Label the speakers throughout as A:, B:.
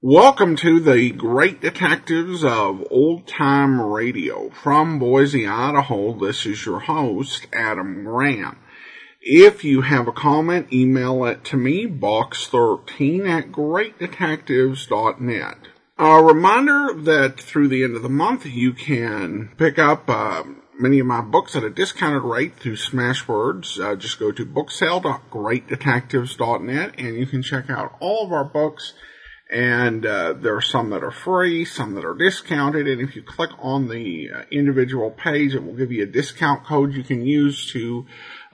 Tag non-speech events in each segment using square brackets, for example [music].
A: Welcome to the Great Detectives of Old Time Radio. From Boise, Idaho, this is your host, Adam Graham. If you have a comment, email it to me, box13 at greatdetectives.net. A reminder that through the end of the month, you can pick up uh, many of my books at a discounted rate through Smashwords. Uh, just go to booksale.greatdetectives.net and you can check out all of our books. And uh, there are some that are free, some that are discounted. And if you click on the uh, individual page, it will give you a discount code you can use to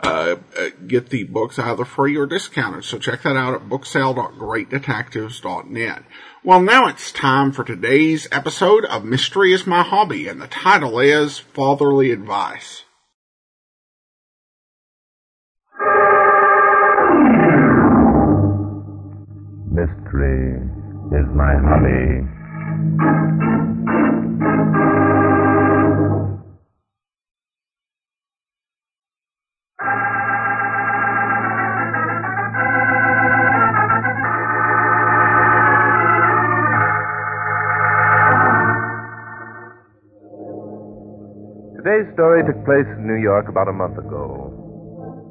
A: uh, uh, get the books either free or discounted. So check that out at booksale.greatdetectives.net. Well, now it's time for today's episode of Mystery is My Hobby, and the title is Fatherly Advice.
B: Mystery is my hobby. Today's story took place in New York about a month ago.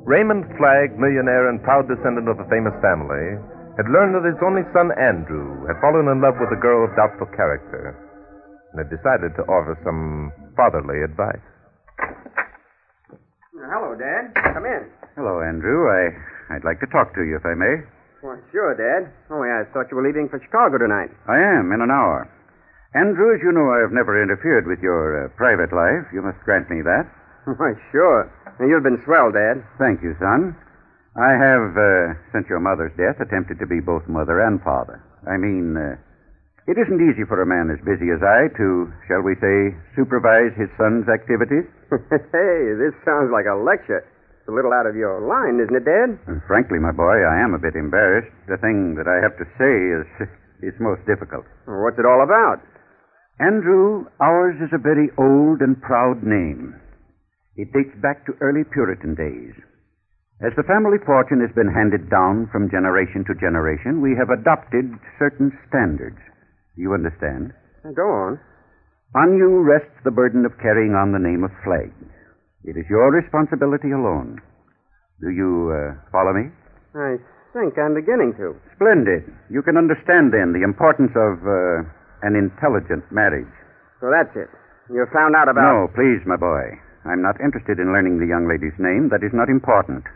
B: Raymond Flagg, millionaire and proud descendant of a famous family, had learned that his only son, Andrew, had fallen in love with a girl of doubtful character and had decided to offer some fatherly advice.
C: Uh, Hello, Dad. Come in.
D: Hello, Andrew. I, I'd like to talk to you, if I may.
C: Why, sure, Dad. Only I thought you were leaving for Chicago [laughs] tonight.
D: I am, in an hour. Andrew, as you know, I have never interfered with your uh, private life. You must grant me that.
C: Why, sure. Now, You've been swell, Dad.
D: Thank you, son. I have, uh, since your mother's death, attempted to be both mother and father. I mean, uh, it isn't easy for a man as busy as I to, shall we say, supervise his son's activities.
C: [laughs] hey, this sounds like a lecture. It's a little out of your line, Uh, isn't it, Dad?
D: And frankly, my boy, I am a bit embarrassed. The thing that I have to say is, [laughs] is most difficult.
C: Well, what's it all about?
D: Andrew, ours is a very old and proud name. It dates back to early Puritan days. As the family fortune has been handed down from generation to generation, we have adopted certain standards. You understand?
C: Go on.
D: On you rests the burden of carrying on the name of Flagg. It is your responsibility alone. Do you uh, follow me?
C: I think I'm beginning to.
D: Splendid. You can understand then the importance of uh, an intelligent marriage.
C: So that's it. You found out about.
D: No, please, my boy. I'm not interested in learning the young lady's name. That is not important.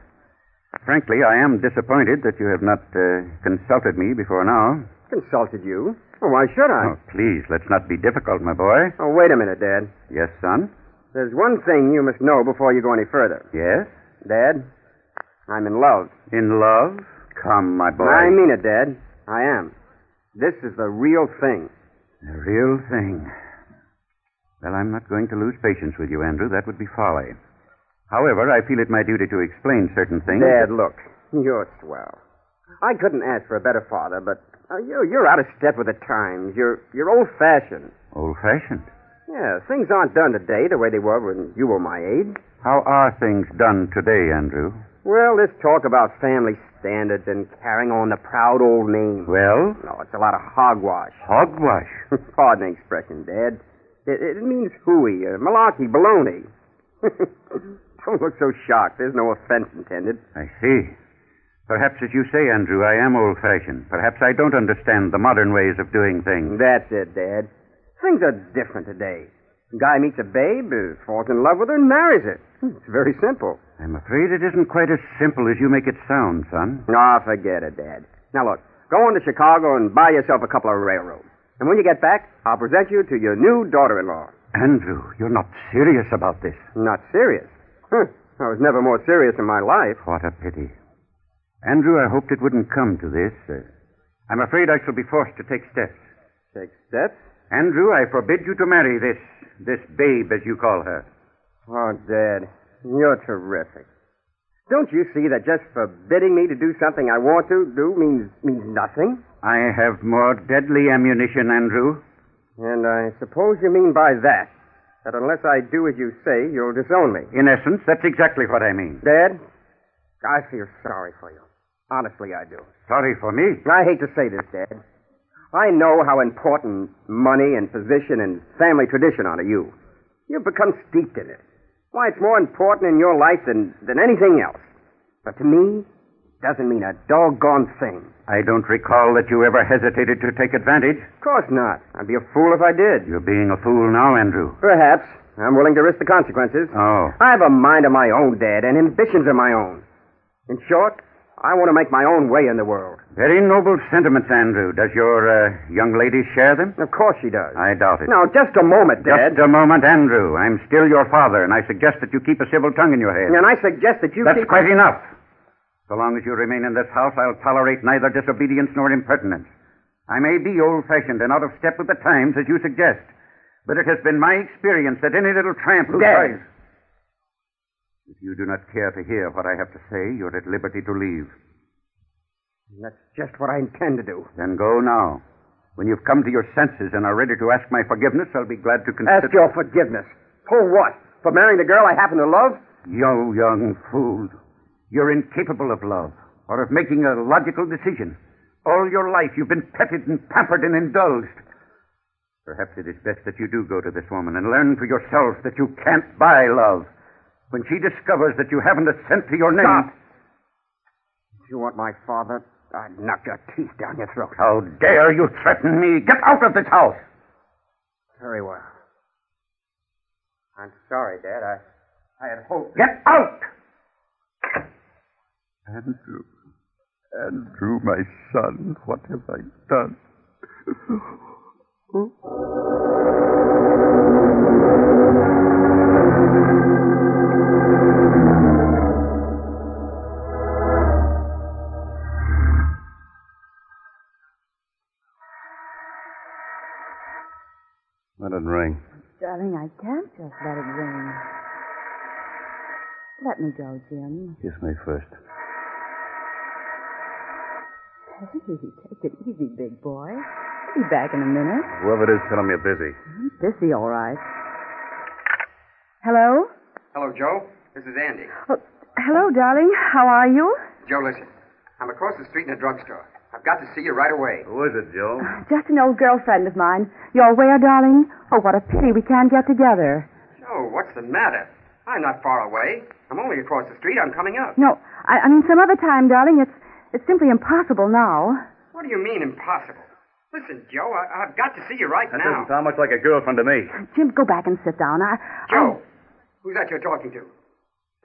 D: Frankly, I am disappointed that you have not uh, consulted me before now.
C: Consulted you. Well, why should I?
D: Oh, please, let's not be difficult, my boy.
C: Oh, wait a minute, Dad.
D: Yes, son?
C: There's one thing you must know before you go any further.
D: Yes?
C: Dad, I'm in love.
D: In love? Come, my boy.
C: I mean it, Dad. I am. This is the real thing.
D: The real thing. Well, I'm not going to lose patience with you, Andrew. That would be folly. However, I feel it my duty to explain certain things.
C: Dad, look, you're swell. I couldn't ask for a better father, but uh, you, you're out of step with the times. You're, you're old fashioned.
D: Old fashioned.
C: Yeah, things aren't done today the way they were when you were my age.
D: How are things done today, Andrew?
C: Well, this talk about family standards and carrying on the proud old name.
D: Well,
C: No, it's a lot of hogwash. [laughs]
D: hogwash.
C: Pardon the expression, Dad. It, it means hooey, uh, malarkey, baloney. [laughs] Don't look so shocked. There's no offense intended.
D: I see. Perhaps, as you say, Andrew, I am old fashioned. Perhaps I don't understand the modern ways of doing things.
C: That's it, Dad. Things are different today. Guy meets a babe, uh, falls in love with her, and marries her. Hmm, It's very simple.
D: I'm afraid it isn't quite as simple as you make it sound, son.
C: Ah, forget it, Dad. Now look, go on to Chicago and buy yourself a couple of railroads. And when you get back, I'll present you to your new daughter-in-law.
D: Andrew, you're not serious about this.
C: Not serious. Huh. I was never more serious in my life.
D: What a pity. Andrew, I hoped it wouldn't come to this. Uh, I'm afraid I shall be forced to take steps.
C: Take steps.
D: Andrew, I forbid you to marry this, this babe, as you call her.
C: Oh, Dad, you're terrific. Don't you see that just forbidding me to do something I want to do means means nothing?
D: I have more deadly ammunition, Andrew.
C: And I suppose you mean by that that unless I do as you say, you'll disown me.
D: In essence, that's exactly what I mean.
C: Dad, I feel sorry for you. Honestly, I do.
D: Sorry for me.
C: I hate to say this, Dad. I know how important money and position and family tradition are to you. You've become steeped in it. Why, it's more important in your life than, than anything else. But to me, doesn't mean a doggone thing.
D: I don't recall that you ever hesitated to take advantage.
C: Of course not. I'd be a fool if I did.
D: You're being a fool now, Andrew.
C: Perhaps. I'm willing to risk the consequences.
D: Oh.
C: I have a mind of my own, Dad, and ambitions of my own. In short, I want to make my own way in the world.
D: Very noble sentiments, Andrew. Does your uh, young lady share them?
C: Of course she does.
D: I doubt it.
C: Now, just a moment, Dad.
D: Just a moment, Andrew. I'm still your father, and I suggest that you keep a civil tongue in your head.
C: And I suggest that you
D: That's
C: keep...
D: quite enough. So long as you remain in this house, I'll tolerate neither disobedience nor impertinence. I may be old fashioned and out of step with the times, as you suggest, but it has been my experience that any little tramp who
C: Dad.
D: tries. If you do not care to hear what I have to say, you're at liberty to leave.
C: That's just what I intend to do.
D: Then go now. When you've come to your senses and are ready to ask my forgiveness, I'll be glad to consider.
C: Ask your forgiveness. For what? For marrying the girl I happen to love?
D: You young fool. You're incapable of love or of making a logical decision. All your life you've been petted and pampered and indulged. Perhaps it is best that you do go to this woman and learn for yourself that you can't buy love. When she discovers that you haven't a cent to your name.
C: Stop. If you want my father, I'd knock your teeth down your throat.
D: How dare you threaten me? Get out of this house!
C: Very well. I'm sorry, Dad. I, I had hoped.
D: Get out!
E: Andrew, Andrew, my son, what have I done? Let it ring.
F: Darling, I can't just let it ring. Let me go, Jim.
E: Kiss me first.
F: Hey, take it easy, big boy. Be back in a minute.
E: Whoever it is, tell him you're busy.
F: I'm busy, all right. Hello?
C: Hello, Joe. This is Andy.
F: Oh, hello, darling. How are you?
C: Joe, listen. I'm across the street in a drugstore. I've got to see you right away.
E: Who is it, Joe?
F: Just an old girlfriend of mine. You're where, darling? Oh, what a pity we can't get together.
C: Joe, what's the matter? I'm not far away. I'm only across the street. I'm coming up.
F: No, I, I mean some other time, darling. It's it's simply impossible now.
C: What do you mean impossible? Listen, Joe, I, I've got to see you right
E: That
C: now.
E: doesn't sound much like a girlfriend to me.
F: Jim, go back and sit down. I,
C: Joe, who's that you're talking to?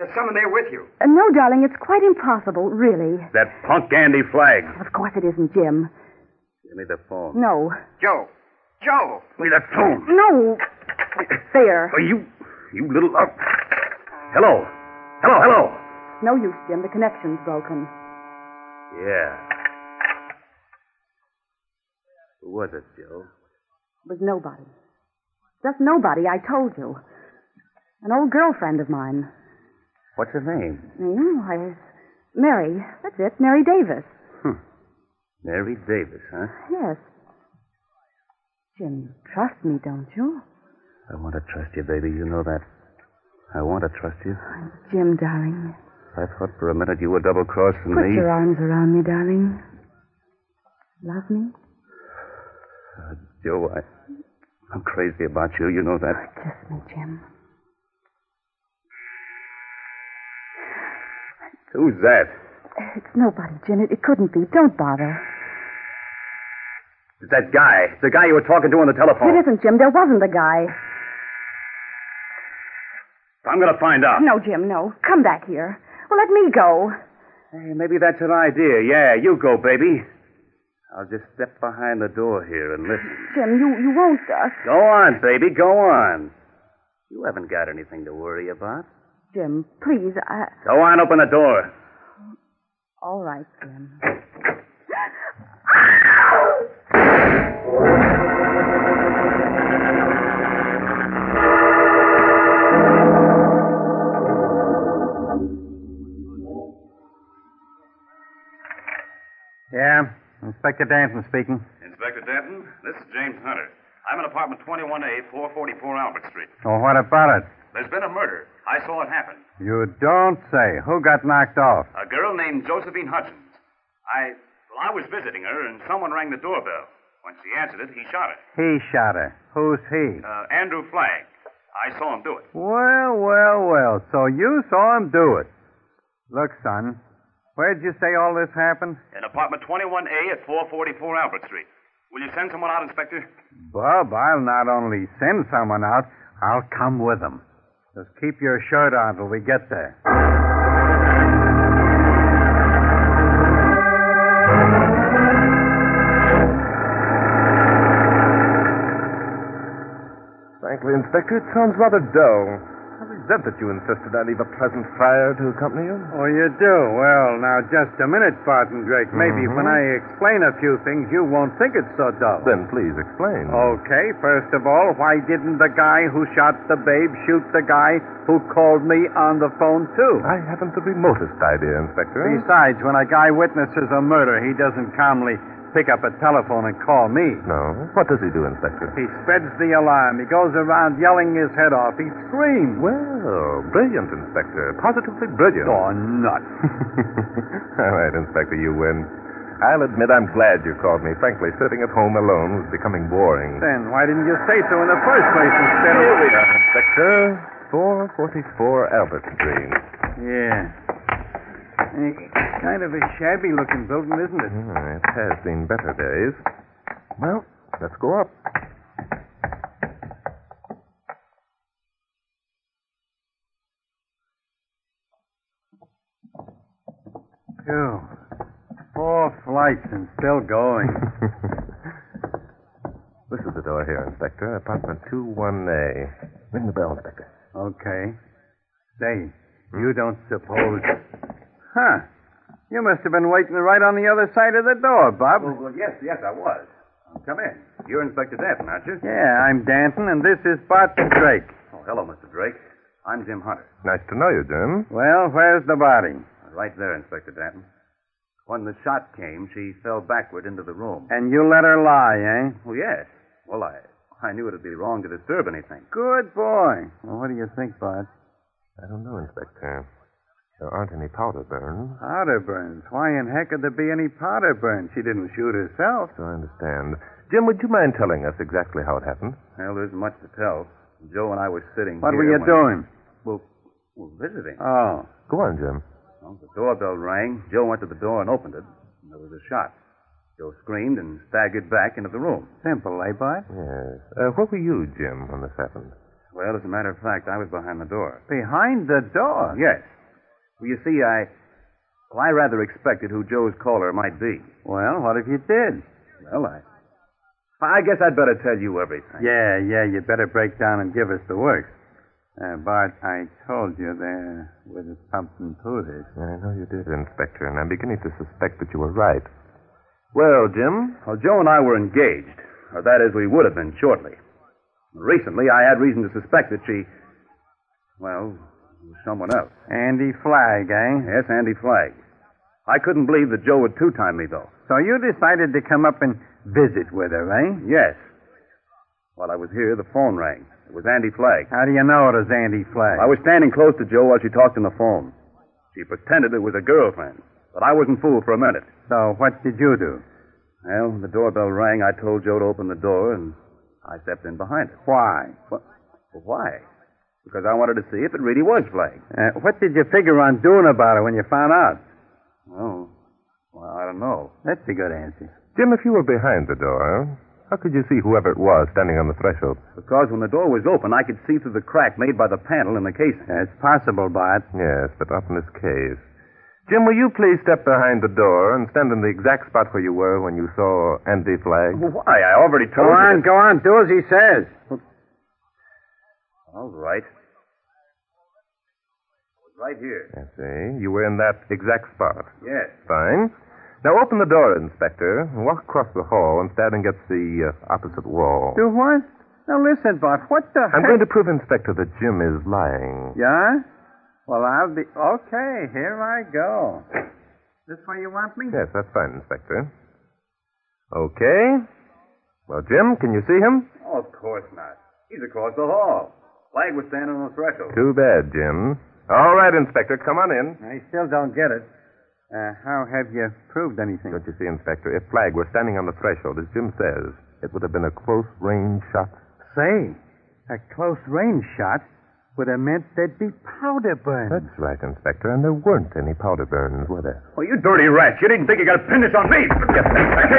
C: There's someone there with you.
F: I, no, darling, it's quite impossible, really.
E: That punk Andy Flagg.
F: Of course it isn't, Jim.
E: Give me the phone.
F: No.
C: Joe, Joe.
E: Give me that phone.
F: No. There.
E: Oh, you, you little. Uh... Hello. Hello, hello.
F: No use, Jim. The connection's broken.
E: Yeah. Who was it, Joe?
F: It was nobody. Just nobody, I told you. An old girlfriend of mine.
E: What's her name?
F: You I, Mary. That's it, Mary Davis.
E: Hmm. Mary Davis, huh?
F: Yes. Jim, you trust me, don't you?
E: I want to trust you, baby. You know that. I want to trust you.
F: Jim, darling.
E: I thought for a minute you were double crossing
F: Put
E: me.
F: your arms around me, darling. Love me?
E: Uh, Joe, I, I'm crazy about you. You know that.
F: Kiss me, Jim.
E: Who's that?
F: It's nobody, Jim. It, it couldn't be. Don't bother.
E: It's that guy. The guy you were talking to on the telephone.
F: It isn't, Jim. There wasn't a guy.
E: I'm going to find out.
F: No, Jim, no. Come back here. Well, let me go.
E: Hey, maybe that's an idea. Yeah, you go, baby. I'll just step behind the door here and listen.
F: Jim, you, you won't. Uh...
E: Go on, baby, go on. You haven't got anything to worry about.
F: Jim, please. I...
E: Go on, open the door.
F: All right, Jim.
D: Yeah, Inspector Danton speaking.
G: Inspector Denton, this is James Hunter. I'm in apartment 21A, 444 Albert Street.
D: Oh, what about it?
G: There's been a murder. I saw it happen.
D: You don't say. Who got knocked off?
G: A girl named Josephine Hutchins. I, well, I was visiting her, and someone rang the doorbell.
D: When she answered it, he shot her.
C: He shot her. Who's he?
D: Uh, Andrew Flagg. I saw him do it.
C: Well, well, well. So you saw him do it. Look, son. Where'd you say all this happened?
D: In apartment 21A at 444 Albert Street. Will you send someone out, Inspector?
C: Bub, I'll not only send someone out, I'll come with them. Just keep your shirt on till we get there.
B: Frankly, Inspector, it sounds rather dull. I resent that you insisted I leave a pleasant fire to accompany you.
C: Oh, you do? Well, now, just a minute, Barton Drake. Maybe
E: Mm-hmm.
C: when I explain a few things, you won't think it's so dull.
B: Then please explain.
C: Okay, first of all, why didn't the guy who shot the babe shoot the guy who called me on the phone, too?
B: I haven't the remotest idea, Inspector.
C: Besides, when a guy witnesses a murder, he doesn't calmly pick up a telephone and call me.
B: No. What does he do, Inspector?
C: He spreads the alarm. He goes around yelling his head off. He screams.
B: Well, brilliant, Inspector. Positively brilliant.
C: Oh, nuts.
B: [laughs] All right, Inspector, you win. I'll admit I'm glad you called me. Frankly, sitting at home alone was becoming boring.
C: Then why didn't you say so in the first place instead of...
B: Inspector, 444 Albert Street.
C: Yeah. It's kind of a shabby looking building, isn't it?
B: Hmm, it has been better days. Well, let's go up.
C: Phew. Four flights and still going.
B: [laughs] This is the door here, Inspector. Apartment 21A. Ring the bell, Inspector.
C: Okay. Say, you don't
D: [laughs]
C: suppose. Huh. You must have been waiting right on the other side of the door, Bob.
D: Oh, well, yes, yes, I was. Come in. You're Inspector Danton, aren't you?
C: Yeah, I'm Danton, and this is Barton Drake.
D: Oh, hello, Mr. Drake. I'm Jim Hunter.
B: Nice to know you, Jim.
C: Well, where's the body?
D: Right there, Inspector Danton. When the shot came, she fell backward into the room.
C: And you let her lie, eh?
D: Oh, yes. Well, I, I knew it'd be wrong to disturb anything.
C: Good boy. Well, what do you think, Bart?
B: I don't know, Inspector. There aren't any powder burns.
C: Powder burns. Why in heck could there be any powder burns? She didn't shoot herself.
B: So I understand. Jim, would you mind telling us exactly how it happened?
D: Well, there isn't much to tell. Joe and I were sitting
C: What
D: here
C: were you
D: when-
C: doing?
D: Well, well, visiting.
C: Oh,
B: Go on, Jim.
D: Well, the doorbell rang. Joe went to the door and opened it. And there was a shot. Joe screamed and staggered back into the room.
C: simple, eh, Bart?
B: Yes. Uh, where were you, Jim, when this happened?
D: Well, as a matter of fact, I was behind the door.
C: Behind the door.
D: Yes. Well, you see, I. Well, I rather expected who Joe's caller might be.
C: Well, what if you did?
D: Well, I. I guess I'd better tell you everything.
C: Yeah, yeah, you better break down and give us the works. Uh, Bart, I told you there was something to this.
B: I know you did, Inspector, and I'm beginning to suspect that you were right. Well, Jim?
D: Well, Joe and I were engaged. Or that is, we would have been shortly. Recently, I had reason to suspect that she. Well, was someone else.
C: Andy Flagg, eh?
D: Yes, Andy Flagg. I couldn't believe that Joe would two time me, though.
C: So you decided to come up and visit with her, eh?
D: Yes. While I was here, the phone rang. It was Andy Flagg.
C: How do you know it was Andy Flagg?
D: I was standing close to Joe while she talked on the phone. She pretended it was a girlfriend, but I wasn't fooled for a minute.
C: So what did you do?
D: Well, when the doorbell rang. I told Joe to open the door, and I stepped in behind it.
C: Why?
D: What? Why? Because I wanted to see if it really was Flagg.
C: Uh, what did you figure on doing about it when you found out?
D: Oh, well, I don't know.
C: That's a good answer.
B: Jim, if you were behind the door, how could you see whoever it was standing on the threshold?
D: Because when the door was open, I could see through the crack made by the panel in the casing.
C: Uh, it's possible, Bart.
B: Yes, but not in this case. Jim, will you please step behind the door and stand in the exact spot where you were when you saw Andy Flagg?
D: Why? I already
C: Go
D: told
C: on,
D: you.
C: go on. Do as he says.
D: All right. It was right here.
B: I see. You were in that exact spot.
D: Yes.
B: Fine. Now open the door, Inspector, and walk across the hall and stand against the uh, opposite wall.
C: Do what? Now listen, Bart. What the
B: I'm
C: heck?
B: going to prove, Inspector, that Jim is lying.
C: Yeah? Well, I'll be. Okay, here I go. This where you want me?
B: Yes, that's fine, Inspector. Okay. Well, Jim, can you see him?
D: Oh, of course not. He's across the hall. Flag was standing on the threshold.
B: Too bad, Jim. All right, Inspector, come on in.
C: I still don't get it.
E: Uh, how have you proved anything?
B: Don't you see, Inspector? If Flagg were standing on the threshold, as Jim says, it would have been a close range shot.
E: Say, a close range shot would have meant there'd be powder burns.
B: That's right, Inspector, and there weren't any powder burns, were there?
G: Oh, you dirty rat. You didn't think you got a pin this on me. Forget that, Inspector.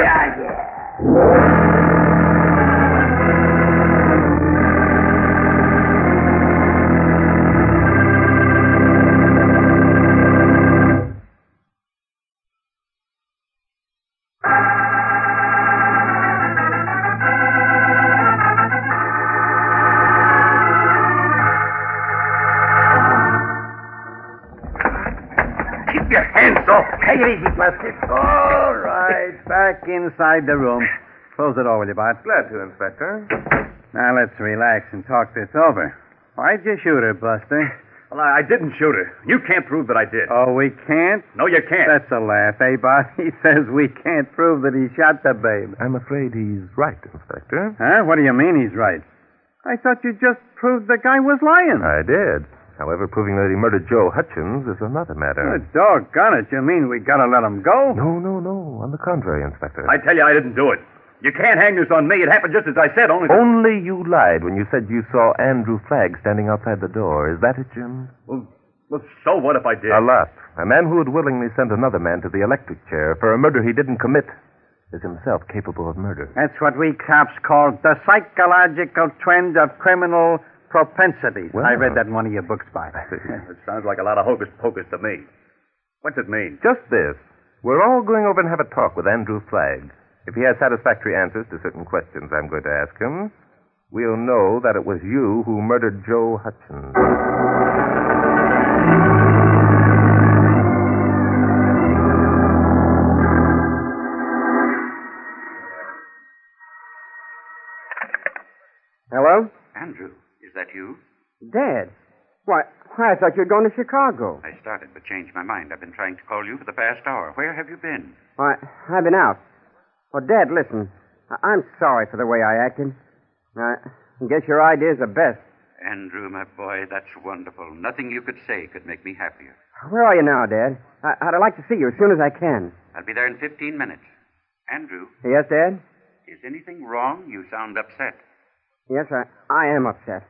G: Keep your hands off me.
E: Take it easy, Plaskett. All right, back inside the room. Close the door, will you, Bart?
B: Glad to, Inspector.
E: Now let's relax and talk this over. Why'd you shoot her, Buster?
G: Well, I, I didn't shoot her. You can't prove that I did.
E: Oh, we can't?
G: no, you can't.
E: That's a laugh, eh,
C: [laughs]
E: Bart? He says we can't prove that he shot the babe.
B: I'm afraid he's right, Inspector.
E: Huh? What do you mean he's right? I thought you just proved the guy was lying.
B: I did. However, proving that he murdered Joe Hutchins is another
H: Uh,
B: matter.
E: Good doggone it. You mean we gotta let him go?
B: No, no, no. On the contrary, Inspector.
G: I tell you, I didn't do it. You can't hang this on me. It happened just as I said, only.
B: Only you lied when you said you saw Andrew Flagg standing outside the door. Is that it, Jim?
G: Well, well, so what if I did?
B: A lot. A man who would willingly send another man to the electric chair for a murder he didn't commit is himself capable of murder.
E: That's what we cops call the psychological trend of criminal propensities.
B: Well-
E: I read that in one of your books, Bart.
G: It sounds like a lot of hocus pocus to me. What's it mean?
B: Just this. We're all going over and have a talk with Andrew Flagg. If he has satisfactory answers to certain questions I'm going to ask him, we'll know that it was you who murdered Joe Hutchins.
C: Hello?
H: Andrew, is that you?
C: Dad? Why, why, I thought you were going to Chicago.
H: I started but changed my mind. I've been trying to call you for the past hour. Where have you been?
C: Why, I've been out. Well, Dad, listen. I- I'm sorry for the way I acted. I guess your ideas are best.
H: Andrew, my boy, that's wonderful. Nothing you could say could make me happier.
C: Where are you now, Dad? I- I'd like to see you as soon as I can.
H: I'll be there in 15 minutes. Andrew,
C: Yes, Dad?
H: is anything wrong? You sound upset.
C: Yes, I, I am upset.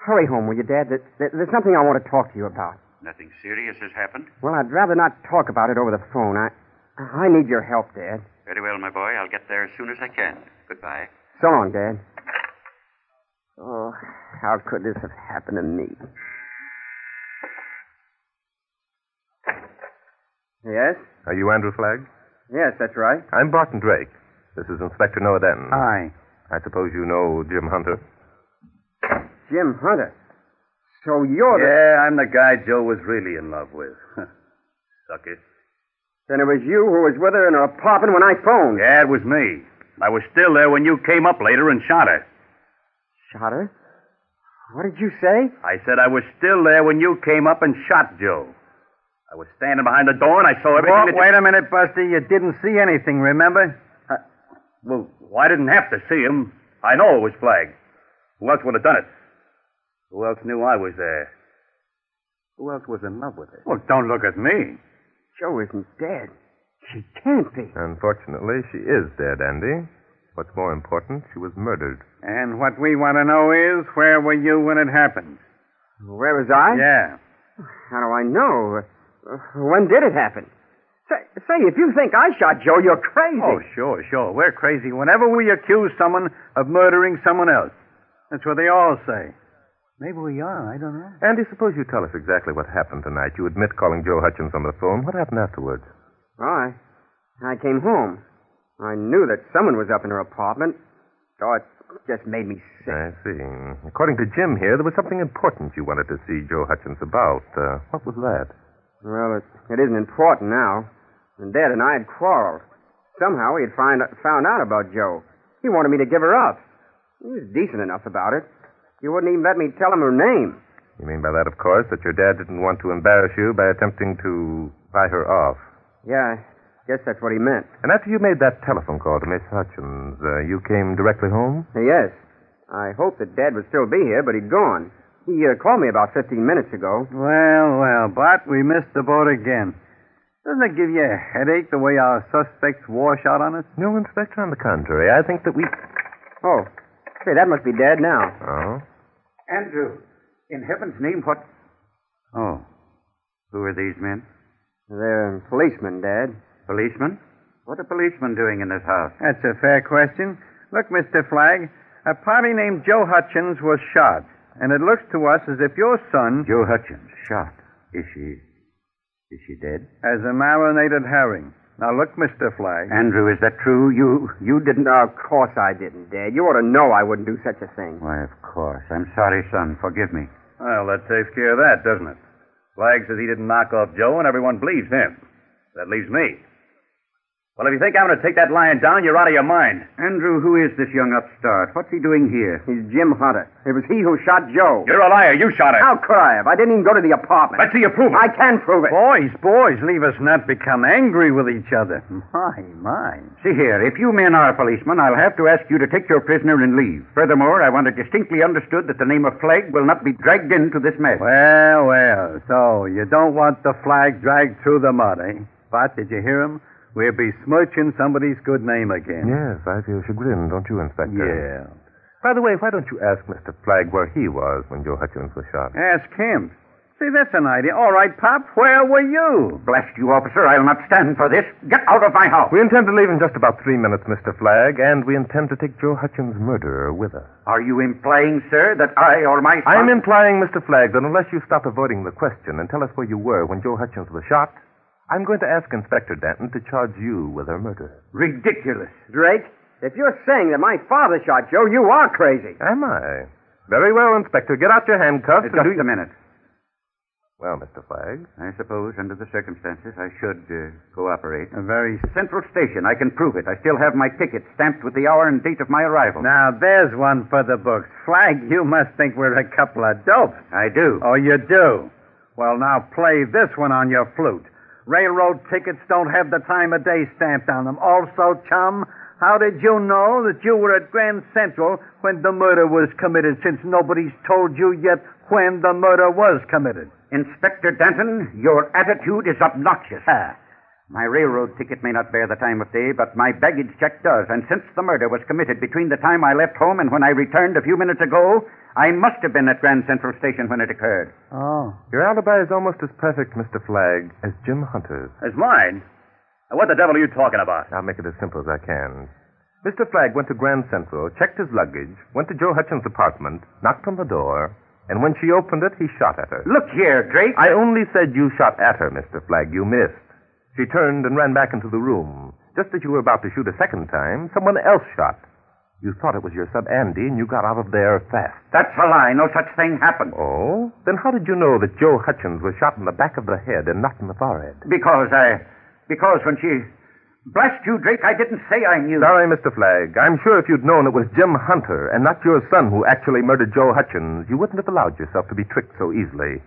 C: Hurry home, will you, Dad? There- there- there's something I want to talk to you about.
H: Nothing serious has happened.
C: Well, I'd rather not talk about it over the phone. I, I need your help, Dad.
H: Very well, my boy. I'll get there as soon as I can. Goodbye.
C: So long, Dad. Oh, how could this have happened to me? Yes?
B: Are you Andrew Flagg?
C: Yes, that's right.
B: I'm Barton Drake. This is Inspector Noah Denton.
E: Aye.
B: I suppose you know Jim Hunter.
C: Jim Hunter. So
E: Oh,
C: you're the.
G: Yeah, I'm the guy Joe was really in love with. [laughs] Sucker.
C: Then it was you who was with her in her apartment when I phoned.
G: Yeah, it was me. I was still there when you came up later and shot her.
C: Shot her? What did you say?
G: I said I was still there when you came up and shot Joe. I was standing behind the door and I saw everything.
E: Walt,
G: that you-
E: wait a minute, Buster. You didn't see anything, remember?
G: Well, I didn't have to see him. I know it was Flagg. Who else would have done it? Who else knew I was there? Who else was in love with her?
E: Well, don't look at me.
C: Joe isn't dead. She can't be.
B: Unfortunately, she is dead, Andy. What's more important, she was murdered.
E: And what we want to know is where were you when it happened?
C: Where was I?
E: Yeah.
C: How do I know? Uh, When did it happen? Say, say, if you think I shot Joe, you're crazy.
D: [laughs]
E: Oh, sure, sure. We're crazy whenever we accuse someone of murdering someone else. That's what they all say. Maybe we are. I don't know.
B: Andy, suppose you tell us exactly what happened tonight. You admit calling Joe Hutchins on the phone. What happened afterwards?
C: Well, I, I came home. I knew that someone was up in her apartment, so it just made me sick.
B: I see. According to Jim here, there was something important you wanted to see Joe Hutchins about. Uh, what was that?
C: Well, it, it isn't important now. And Dad and I had quarreled. Somehow he had find, found out about Joe. He wanted me to give her up. He was decent enough about it. He wouldn't even let me tell him her name.
B: You mean by that, of course, that your dad didn't want to embarrass you by attempting to buy her off.
C: Yeah, I guess that's what he meant.
B: And after you made that telephone call to Miss Hutchins, uh, you came directly home?
C: Yes. I hoped that Dad would still be here, but he'd gone. He uh, called me about 15 minutes ago.
E: Well, well, but we missed the boat again. Doesn't it give you a headache the way our suspects wash out on us?
B: No, Inspector, on the contrary, I think that we.
C: Oh. Say, that must be dead now.
B: Oh?
D: Andrew, in heaven's name, what? Oh, who are these men?
C: They're policemen, Dad.
D: Policemen? What are policemen doing in this house?
E: That's a fair question. Look, Mr. Flagg, a party named Joe Hutchins was shot, and it looks to us as if your son
D: Joe Hutchins, shot. Is she. Is she dead?
E: has a marinated herring. Now look, Mr. Flagg.
D: Andrew, is that true? You. You didn't.
C: No, uh, of course I didn't, Dad. You ought to know I wouldn't do such a thing.
D: Why, of course. I'm sorry, son. Forgive me.
G: Well, that takes care of that, doesn't it? Flagg says he didn't knock off Joe, and everyone believes him. That leaves me. Well, if you think I'm going to take that lion down, you're out of your mind.
D: Andrew, who is this young upstart? What's he doing here?
C: He's Jim Hunter. It was he who shot Joe.
G: You're a liar. You shot him.
C: How could I have? I didn't even go to the apartment.
G: Let's see you prove it.
C: I can prove it.
E: Boys, boys, leave us not become angry with each other. My, my.
D: See here, if you men are policemen, I'll have to ask you to take your prisoner and leave. Furthermore, I want it distinctly understood that the name of Flagg will not be dragged into this mess.
E: Well, well, so you don't want the flag dragged through the mud, eh? But did you hear him? We're besmirching somebody's good name again.
B: Yes, I feel chagrin, don't you, Inspector?
E: Yeah.
B: By the way, why don't you ask Mr. Flagg where he was when Joe Hutchins was shot?
E: Ask him. See, that's an idea. All right, Pop, where were you?
D: Blast you, officer, I'll not stand for this. Get out of my house.
B: We intend to leave in just about three minutes, Mr. Flagg, and we intend to take Joe Hutchins' murderer with us.
D: Are you implying, sir, that I or my son...
B: I'm implying, Mr. Flagg, that unless you stop avoiding the question and tell us where you were when Joe Hutchins was shot, I'm going to ask Inspector Danton to charge you with her murder.
D: Ridiculous.
C: Drake, if you're saying that my father shot Joe, you are crazy.
B: Am I? Very well, Inspector. Get out your handcuffs and
D: Just
B: do...
D: a minute.
B: Well, Mr. Flagg.
D: I suppose, under the circumstances, I should uh, cooperate.
E: A very.
D: Central Station, I can prove it. I still have my ticket stamped with the hour and date of my arrival.
E: Now, there's one for the books. Flag, you must think we're a couple of dopes.
D: I do.
E: Oh, you do? Well, now play this one on your flute. Railroad tickets don't have the time of day stamped on them. Also, chum, how did you know that you were at Grand Central when the murder was committed, since nobody's told you yet when the murder was committed?
D: Inspector Danton, your attitude is obnoxious. Ah. My railroad ticket may not bear the time of day, but my baggage check does. And since the murder was committed between the time I left home and when I returned a few minutes ago, I must have been at Grand Central Station when it occurred.
E: Oh.
B: Your alibi is almost as perfect, Mr. Flagg, as Jim Hunter's.
G: It's mine. Now, What the devil are you talking about?
B: I'll make it as simple as I can. Mr. Flagg went to Grand Central, checked his luggage, went to Joe Hutchins' apartment, knocked on the door, and when she opened it, he shot at her.
D: Look here, Drake.
B: I only said you shot at her, Mr. Flagg. You missed. She turned and ran back into the room. Just as you were about to shoot a second time, someone else shot. You thought it was your sub Andy, and you got out of there fast.
D: That's a lie. No such thing happened.
B: Oh? Then how did you know that Joe Hutchins was shot in the back of the head and not in the forehead?
D: Because I. Because when she. Blast you, Drake, I didn't say I knew.
B: Sorry, Mr. Flagg. I'm sure if you'd known it was Jim Hunter and not your son who actually murdered Joe Hutchins, you wouldn't have allowed yourself to be tricked so easily.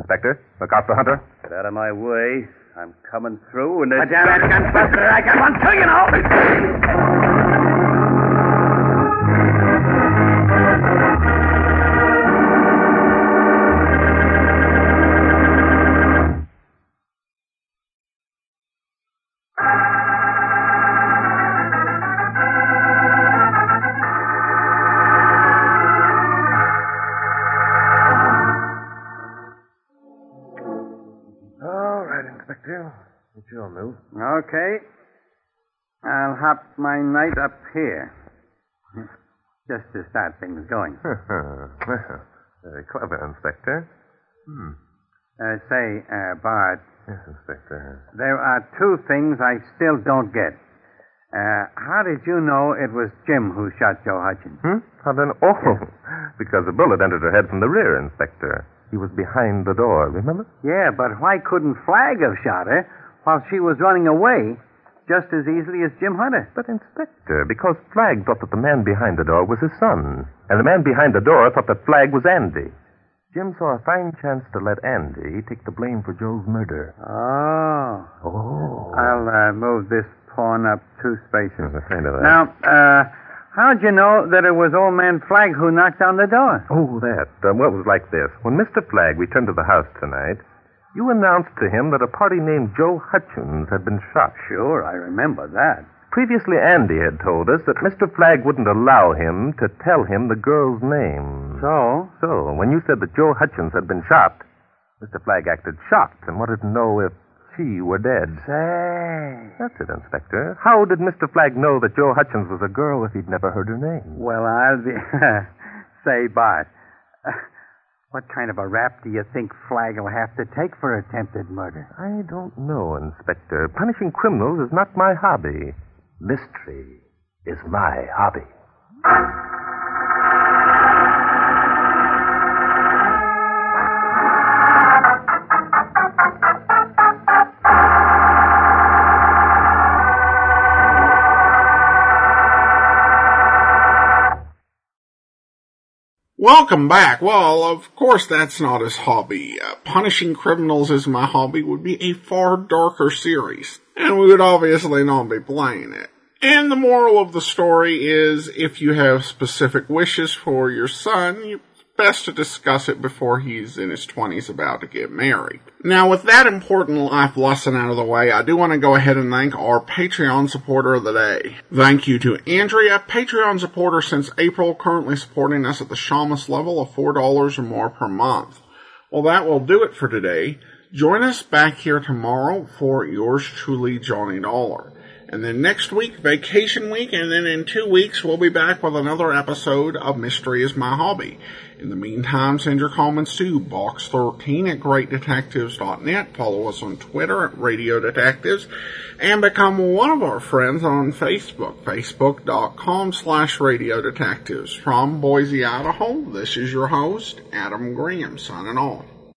B: Inspector, look out for Hunter.
G: Get out of my way. I'm coming through, and
D: Ah,
G: it's...
D: damn it, Gunbuster, I got one too, you know.
B: All right, Inspector. It's your move.
E: Okay. I'll hop my night up here. Just to start things going.
B: [laughs] Very clever, Inspector. Hmm.
E: Uh, say, uh, Bart,
B: Yes, Inspector.
E: there are two things I still don't get. Uh, how did you know it was Jim who shot Joe Hutchins?
B: Hmm? How then? [laughs] Oh, because the bullet entered her head from the rear, Inspector. He was behind the door, remember?
E: Yeah, but why couldn't Flag have shot her while she was running away just as easily as Jim Hunter?
B: But, Inspector, because Flagg thought that the man behind the door was his son, and the man behind the door thought that Flagg was Andy. Jim saw a fine chance to let Andy take the blame for Joe's murder.
E: Oh.
B: Oh.
E: I'll uh, move this pawn up two
B: I
E: spaces.
B: was afraid of that.
E: Now, uh, how'd you know that it was old man Flagg who knocked on the door?
B: Oh, that. Uh, well, it was like this. When Mr. Flagg returned to the house tonight, You announced to him that a party named Joe Hutchins had been shot.
G: Sure, I remember that.
B: Previously, Andy had told us that Mr. Flagg wouldn't allow him to tell him the girl's name.
G: So?
B: So, when you said that Joe Hutchins had been shot, Mr. Flagg acted shocked and wanted to know if she were dead.
G: Say.
B: That's it, Inspector. How did Mr. Flagg know that Joe Hutchins was a girl if he'd never heard her name?
G: Well, I'll be. [laughs] Say, Bart, uh, [laughs] what kind of a rap do you think Flagg will have to take for attempted murder?
B: I don't know, Inspector. Punishing criminals is not my hobby. Mystery is my hobby.
A: Welcome back. Well, of course that's not his hobby. Uh, punishing criminals as my hobby would be a far darker series, and we would obviously not be playing it. And the moral of the story is if you have specific wishes for your son, you best to discuss it before he's in his 20s about to get married. Now, with that important life lesson out of the way, I do want to go ahead and thank our Patreon supporter of the day. Thank you to Andrea, Patreon supporter since April, currently supporting us at the Shamus level of $4 or more per month. Well, that will do it for today. Join us back here tomorrow for yours truly, Johnny Dollar. And then next week, vacation week, and then in two weeks, we'll be back with another episode of Mystery is My Hobby. In the meantime, send your comments to box13 at greatdetectives.net. Follow us on Twitter at Radio Detectives and become one of our friends on Facebook, facebook.com slash Radio Detectives. From Boise, Idaho, this is your host, Adam Graham, signing off.